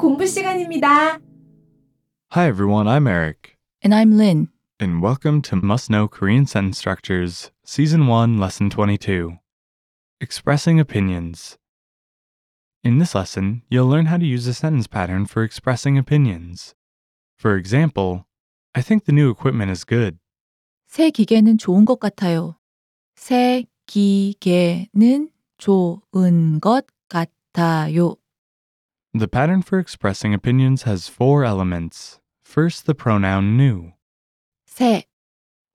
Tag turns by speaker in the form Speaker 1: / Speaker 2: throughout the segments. Speaker 1: 공부 시간입니다.
Speaker 2: Hi everyone, I'm Eric,
Speaker 3: And I'm Lynn.
Speaker 2: and welcome to Must Know Korean Sentence Structures, Season 1, Lesson 22 Expressing Opinions. In this lesson, you'll learn how to use the sentence pattern for expressing opinions. For example, I think the new equipment is good.
Speaker 3: 새 기계는 좋은 것 같아요. 새 기계는 좋은 것 같아요.
Speaker 2: The pattern for expressing opinions has four elements. First, the pronoun new.
Speaker 3: 새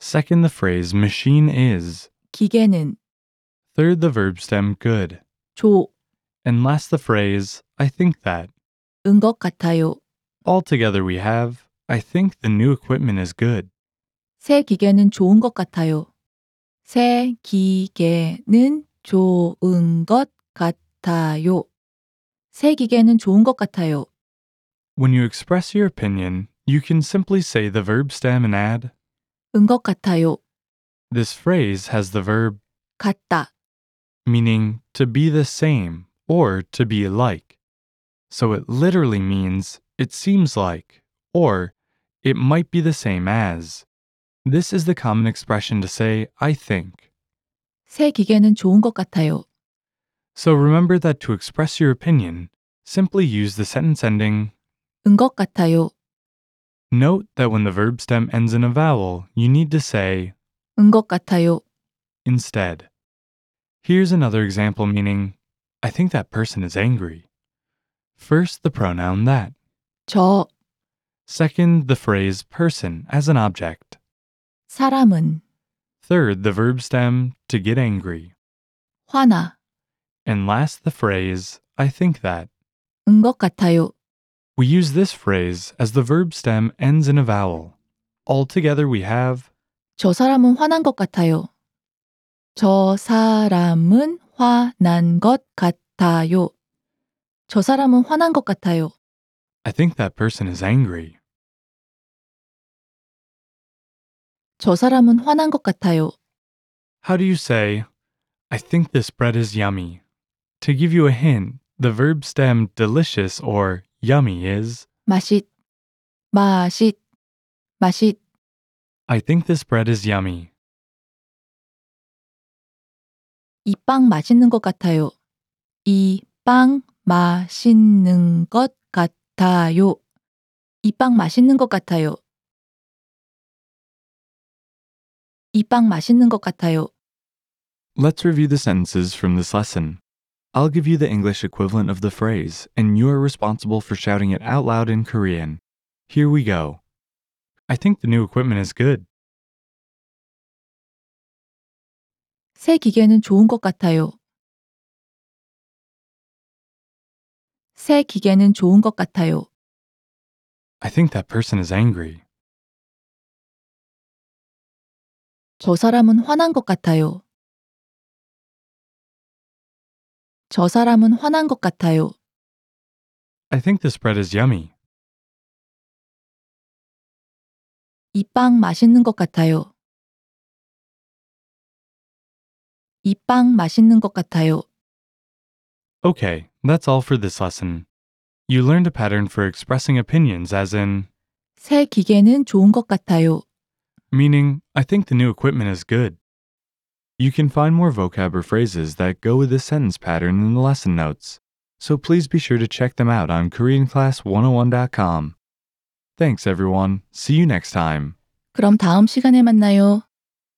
Speaker 2: Second, the phrase machine is.
Speaker 3: 기계는
Speaker 2: Third, the verb stem good.
Speaker 3: 좋은
Speaker 2: And last, the phrase I think that.
Speaker 3: 것 같아요.
Speaker 2: Altogether, we have I think the new equipment is good.
Speaker 3: 새 기계는 좋은 것 같아요. 새 기계는 좋은 것 같아요. 새 기계는 좋은 것 같아요.
Speaker 2: When you express your opinion, you can simply say the verb stem and add.
Speaker 3: 은 것 같아요.
Speaker 2: This phrase has the verb
Speaker 3: 같다.
Speaker 2: meaning to be the same or to be like. So it literally means it seems like or it might be the same as. This is the common expression to say I think.
Speaker 3: 새 기계는 좋은 것 같아요.
Speaker 2: So remember that to express your opinion, simply use the sentence ending
Speaker 3: 은 것 같아요.
Speaker 2: Note that when the verb stem ends in a vowel, you need to say
Speaker 3: 은 것 같아요.
Speaker 2: instead. Here's another example meaning, I think that person is angry. First, the pronoun that.
Speaker 3: 저
Speaker 2: Second, the phrase person as an object.
Speaker 3: 사람은
Speaker 2: Third, the verb stem to get angry.
Speaker 3: 화나
Speaker 2: And last, the phrase I think that.
Speaker 3: 은 것 같아요.
Speaker 2: We use this phrase as the verb stem ends in a vowel. Altogether, we have
Speaker 3: 저 사람은 화난 것 같아요. 저 사람은 화난 것 같아요. 저 사람은 화난 것 같아요.
Speaker 2: I think that person is angry.
Speaker 3: 저 사람은 화난 것 같아요.
Speaker 2: How do you say, I think this bread is yummy? To give you a hint, the verb stem delicious or yummy is,
Speaker 3: 맛있, 맛있, 맛있.
Speaker 2: I think this bread is yummy.
Speaker 3: 이 빵 맛있는 것 같아요. 이 빵 맛있는 것 같아요. 이 빵 맛있는 것 같아요. 이 빵 맛있는 것 같아요.
Speaker 2: Let's review the sentences from this lesson. I'll give you the English equivalent of the phrase, and you are responsible for shouting it out loud in Korean. Here we go. I think the new equipment is good.
Speaker 3: 새 기계는 좋은 것 같아요. 새 기계는 좋은 것 같아요.
Speaker 2: I think that person is angry.
Speaker 3: 저 사람은 화난 것 같아요. 저 사람은 화난 것 같아요.
Speaker 2: I think this bread is yummy.
Speaker 3: 이 빵 맛있는 것 같아요. 이 빵 맛있는 것 같아요.
Speaker 2: Okay, that's all for this lesson. You learned a pattern for expressing opinions, as in,
Speaker 3: 새 기계는 좋은 것 같아요.
Speaker 2: meaning, I think the new equipment is good. You can find more vocab or phrases that go with this sentence pattern in the lesson notes, so please be sure to check them out on KoreanClass101.com. Thanks, everyone. See you next time.
Speaker 3: 그럼 다음 시간에 만나요.